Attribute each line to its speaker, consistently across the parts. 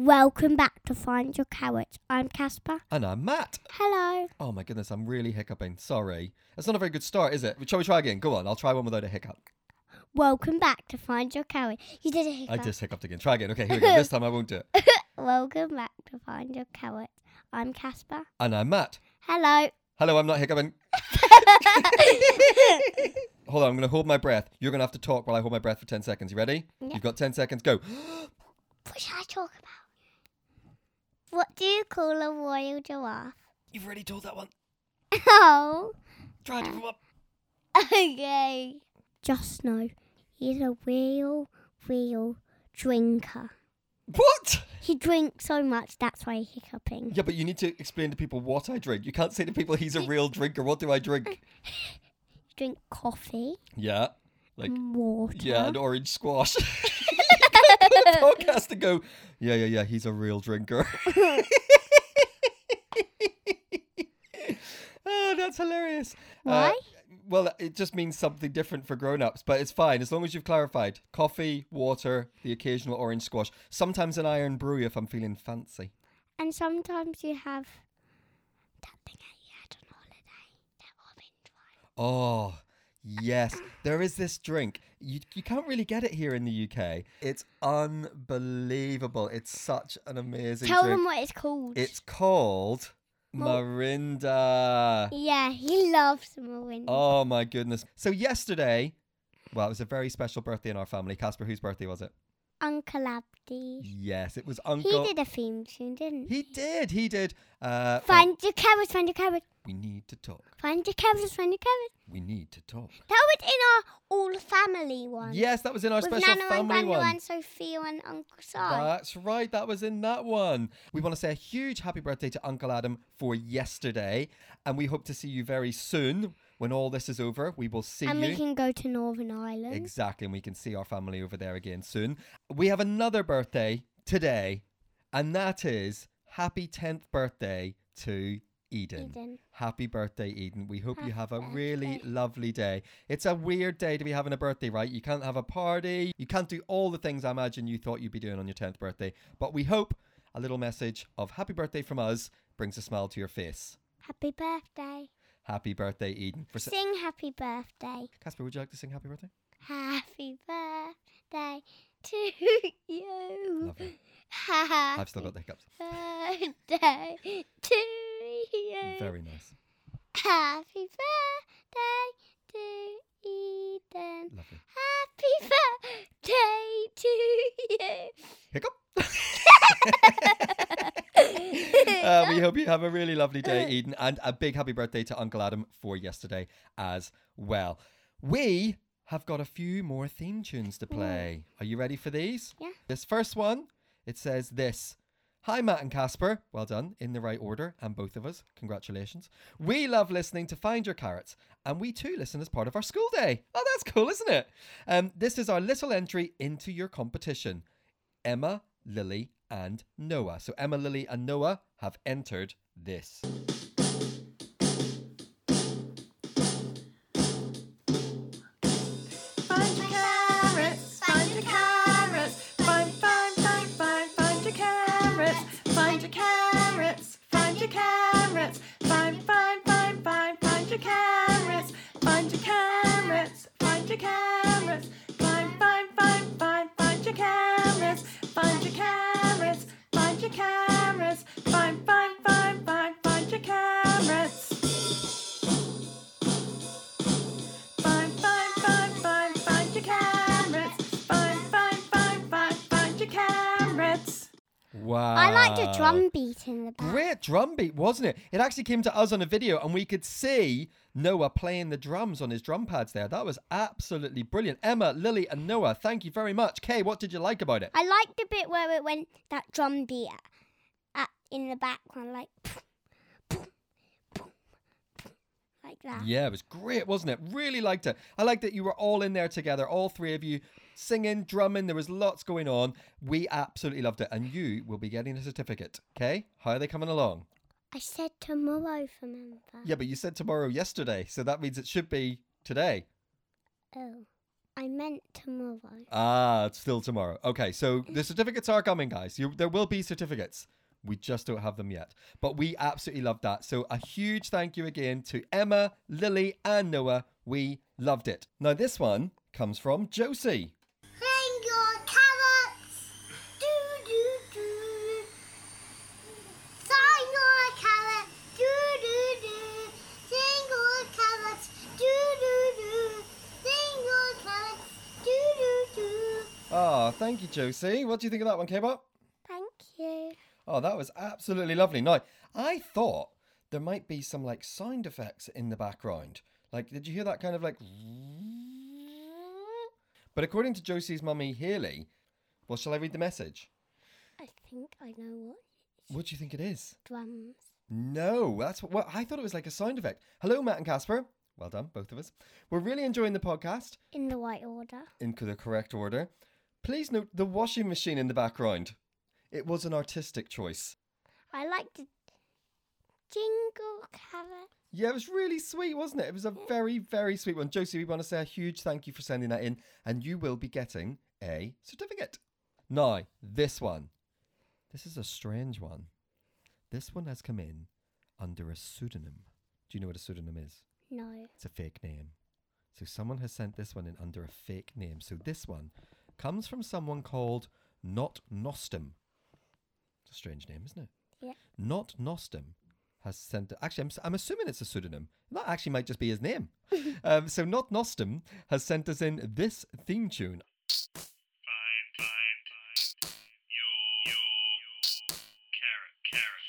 Speaker 1: Welcome back to Find Your Carrot. I'm Casper.
Speaker 2: And I'm Matt.
Speaker 1: Hello.
Speaker 2: Oh my goodness, I'm really hiccuping. Sorry. That's not a very good start, is it? Shall we try again? Go on, I'll try one without a hiccup.
Speaker 1: Welcome back to Find Your Carrot. You did a hiccup.
Speaker 2: I just hiccuped again. Try again. Okay, here we go. this time I won't do it.
Speaker 1: Welcome back to Find Your Carrot. I'm Casper.
Speaker 2: And I'm Matt.
Speaker 1: Hello.
Speaker 2: Hello, I'm not hiccuping. Hold on, I'm going to hold my breath. You're going to have to talk while I hold my breath for 10 seconds. You ready?
Speaker 1: Yeah.
Speaker 2: You've got 10 seconds. Go.
Speaker 1: what should I talk about? What do you call a royal giraffe?
Speaker 2: You've already told that one.
Speaker 1: Oh.
Speaker 2: Try a different one.
Speaker 1: Okay. Just know he's a real, real drinker.
Speaker 2: What?
Speaker 1: He drinks so much, that's why he's hiccuping.
Speaker 2: Yeah, but you need to explain to people what I drink. You can't say to people, he's a real drinker. What do I drink?
Speaker 1: He drinks coffee,
Speaker 2: Yeah. Like,
Speaker 1: water.
Speaker 2: yeah, an orange squash. the podcast and go, yeah, yeah, yeah, he's a real drinker. oh, that's hilarious. Uh,
Speaker 1: Why?
Speaker 2: well, it just means something different for grown ups, but it's fine as long as you've clarified. Coffee, water, the occasional orange squash, sometimes an iron brew if I'm feeling fancy.
Speaker 1: And sometimes you have that thing that you had on holiday, that orange one.
Speaker 2: Oh, yes. There is this drink. You, you can't really get it here in the UK. It's unbelievable. It's such an amazing
Speaker 1: Tell
Speaker 2: drink.
Speaker 1: them what it's called.
Speaker 2: It's called
Speaker 1: Mul-
Speaker 2: Marinda.
Speaker 1: yeah, he loves Marinda.
Speaker 2: Oh my goodness. So yesterday, well, it was a very special birthday in our family. Casper, whose birthday was it?
Speaker 1: Uncle Abdi.
Speaker 2: Yes, it was
Speaker 1: He
Speaker 2: Uncle.
Speaker 1: did a theme tune, didn't he?
Speaker 2: He did. He did. Uh, well,
Speaker 1: Find your carrots, find your carrots,
Speaker 2: we need to talk.
Speaker 1: find your carrots, find your carrots.
Speaker 2: We need to talk.
Speaker 1: That was in our all family one.
Speaker 2: Yes, that was in our
Speaker 1: With
Speaker 2: special
Speaker 1: Nana and
Speaker 2: family
Speaker 1: Grandma
Speaker 2: one.
Speaker 1: and Sophia and Uncle Si.
Speaker 2: That's right. That was in that one. We want to say a huge happy birthday to Uncle Adam for yesterday, and we hope to see you very soon. When all this is over, we will see
Speaker 1: And
Speaker 2: you.
Speaker 1: we can go to Northern Ireland.
Speaker 2: Exactly, and we can see our family over there again soon. We have another birthday today, and that is happy 10th birthday to Eden.
Speaker 1: Eden.
Speaker 2: Happy birthday, Eden. We hope you have a
Speaker 1: Happy
Speaker 2: really
Speaker 1: birthday.
Speaker 2: lovely day. It's a weird day to be having a birthday, right? You can't have a party, you can't do all the things I imagine you thought you'd be doing on your 10th birthday, but we hope a little message of happy birthday from us brings a smile to your face.
Speaker 1: Happy birthday.
Speaker 2: Happy birthday, Eden. For s-
Speaker 1: Sing happy birthday.
Speaker 2: Casper, would you like to sing happy birthday?
Speaker 1: Happy birthday to you.
Speaker 2: Lovely.
Speaker 1: Happy
Speaker 2: I've still got the hiccups.
Speaker 1: birthday to you.
Speaker 2: Very nice.
Speaker 1: Happy birthday to Eden.
Speaker 2: Lovely.
Speaker 1: Happy birthday to you.
Speaker 2: Hiccup. uh, we hope you have a really lovely day, Eden, and a big happy birthday to Uncle Adam for yesterday as well. We have got a few more theme tunes to play. Are you ready for these?
Speaker 1: Yeah.
Speaker 2: This first one, it says this. Hi, Matt and Casper. Well done, in the right order, and both of us. Congratulations. We love listening to Find Your Carrots, and we too listen as part of our school day. Oh, that's cool, isn't it? Um, this is our little entry into your competition. Emma, Lily, and Noah. So Emma, Lily, and Noah have entered this.
Speaker 3: Find your carrots, find your carrots, find, find, find, find, find your carrots, find your carrots, find your carrots, find, find, find, find, find your carrots, find your carrots, find your carrots, find, find, find, find, find your carrots, find your carrots, find your carrots, find, find, find, find, find your carrots. Find, find, find, find, find your carrots. Find, find, find, find, find your carrots.
Speaker 2: Wow.
Speaker 1: I like the drum beat in the back.
Speaker 2: Great drum beat, wasn't it? It actually came to us on a video and we could see Noah playing the drums on his drum pads there. That was absolutely brilliant. Emma, Lily, and Noah, thank you very much. Kay, what did you like about it?
Speaker 1: I like the bit where it went that drum beat at, at, in the background, like boom, boom, boom, boom, like that.
Speaker 2: Yeah, it was great, wasn't it? Really liked it. I liked that you were all in there together, all three of you singing, drumming. There was lots going on. We absolutely loved it. And you will be getting a certificate. Okay? How are they coming along?
Speaker 1: I said tomorrow, remember?
Speaker 2: Yeah, but you said tomorrow yesterday, so that means it should be today.
Speaker 1: Oh, I meant tomorrow.
Speaker 2: Ah, it's still tomorrow. Okay, so the certificates are coming, guys. You, there will be certificates. We just don't have them yet. But we absolutely love that. So a huge thank you again to Emma, Lily, and Noah. We loved it. Now, this one comes from Josie.
Speaker 4: Bring your carrots. Do do do. Sign your carrot. Do do do. Sing your carrots. Do do do. Sing your carrots. Do do do.
Speaker 2: Ah, thank you, Josie. What do you think of that one, K-Bot?
Speaker 1: Thank you.
Speaker 2: Oh, that was absolutely lovely. Now, I thought there might be some like sound effects in the background. Like, did you hear that kind of like? But according to Josie's mummy Haley, well, shall I read the message?
Speaker 1: I think I know what
Speaker 2: What do you think it is?
Speaker 1: drums.
Speaker 2: No, that's what well, I thought it was like a sound effect. Hello, Matt and Casper. Well done, both of us. We're really enjoying the podcast
Speaker 1: In the right order.
Speaker 2: in c- the correct order. Please note the washing machine in the background. It was an artistic choice.
Speaker 1: I like the jingle carrot.
Speaker 2: Yeah, it was really sweet, wasn't it? It was a very, very sweet one. Josie, we want to say a huge thank you for sending that in, and you will be getting a certificate. Now, this one. This is a strange one. This one has come in under a pseudonym. Do you know what a pseudonym is?
Speaker 1: No.
Speaker 2: It's a fake name. So someone has sent this one in under a fake name. So this one comes from someone called Not Nostum. It's a strange name, isn't it?
Speaker 1: Yeah.
Speaker 2: Not Nostum has sent. Actually, I'm, s- I'm assuming it's a pseudonym. That actually might just be his name. um, so Not Nostum has sent us in this theme tune.
Speaker 5: find find find your your carrot carrot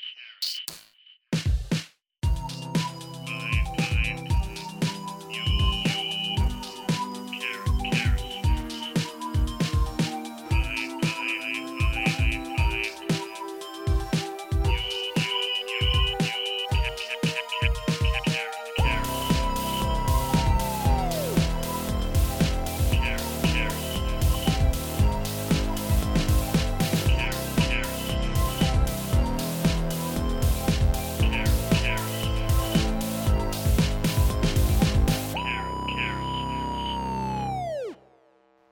Speaker 5: find find find your your carrot carrot find find find find your your your your carrot carrot carrot carrot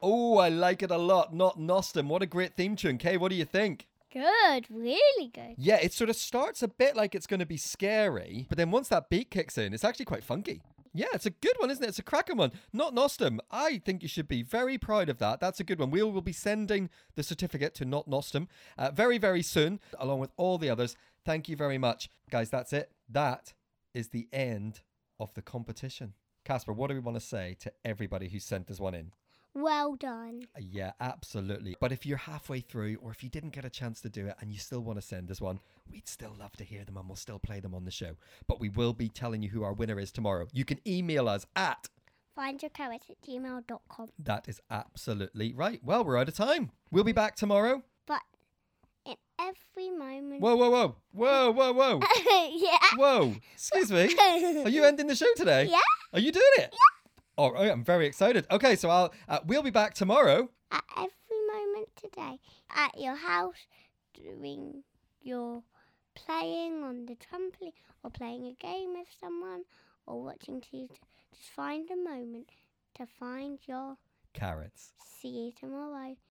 Speaker 2: Oh, I like it a lot. Not Nostum. What a great theme tune. Kay, what do you think?
Speaker 1: Good. Really good.
Speaker 2: Yeah, it sort of starts a bit like it's going to be scary, but then once that beat kicks in, it's actually quite funky. Yeah, it's a good one, isn't it? It's a cracking one. Not Nostum. I think you should be very proud of that. That's a good one. We will be sending the certificate to Not Nostum uh, very, very soon, along with all the others. Thank you very much. Guys, that's it. That is the end of the competition. Casper, what do we want to say to everybody who sent this one in?
Speaker 1: Well done.
Speaker 2: Yeah, absolutely. But if you're halfway through or if you didn't get a chance to do it and you still want to send us one, we'd still love to hear them and we'll still play them on the show. But we will be telling you who our winner is tomorrow. You can email us at
Speaker 1: Find your carrot at gmail.com.
Speaker 2: that is absolutely right. Well, we're out of time. We'll be back tomorrow.
Speaker 1: But in every moment.
Speaker 2: Whoa, whoa, whoa. Whoa, whoa, whoa.
Speaker 1: yeah.
Speaker 2: Whoa. Excuse me. Are you ending the show today?
Speaker 1: Yeah.
Speaker 2: Are you doing it? Yeah. All right, I'm very excited. Okay, so I'll uh, we'll be back tomorrow.
Speaker 1: at every moment today, at your house, doing your playing on the trampoline, or playing a game with someone, or watching TV. Just find a moment to find your
Speaker 2: Carrots.
Speaker 1: see you tomorrow.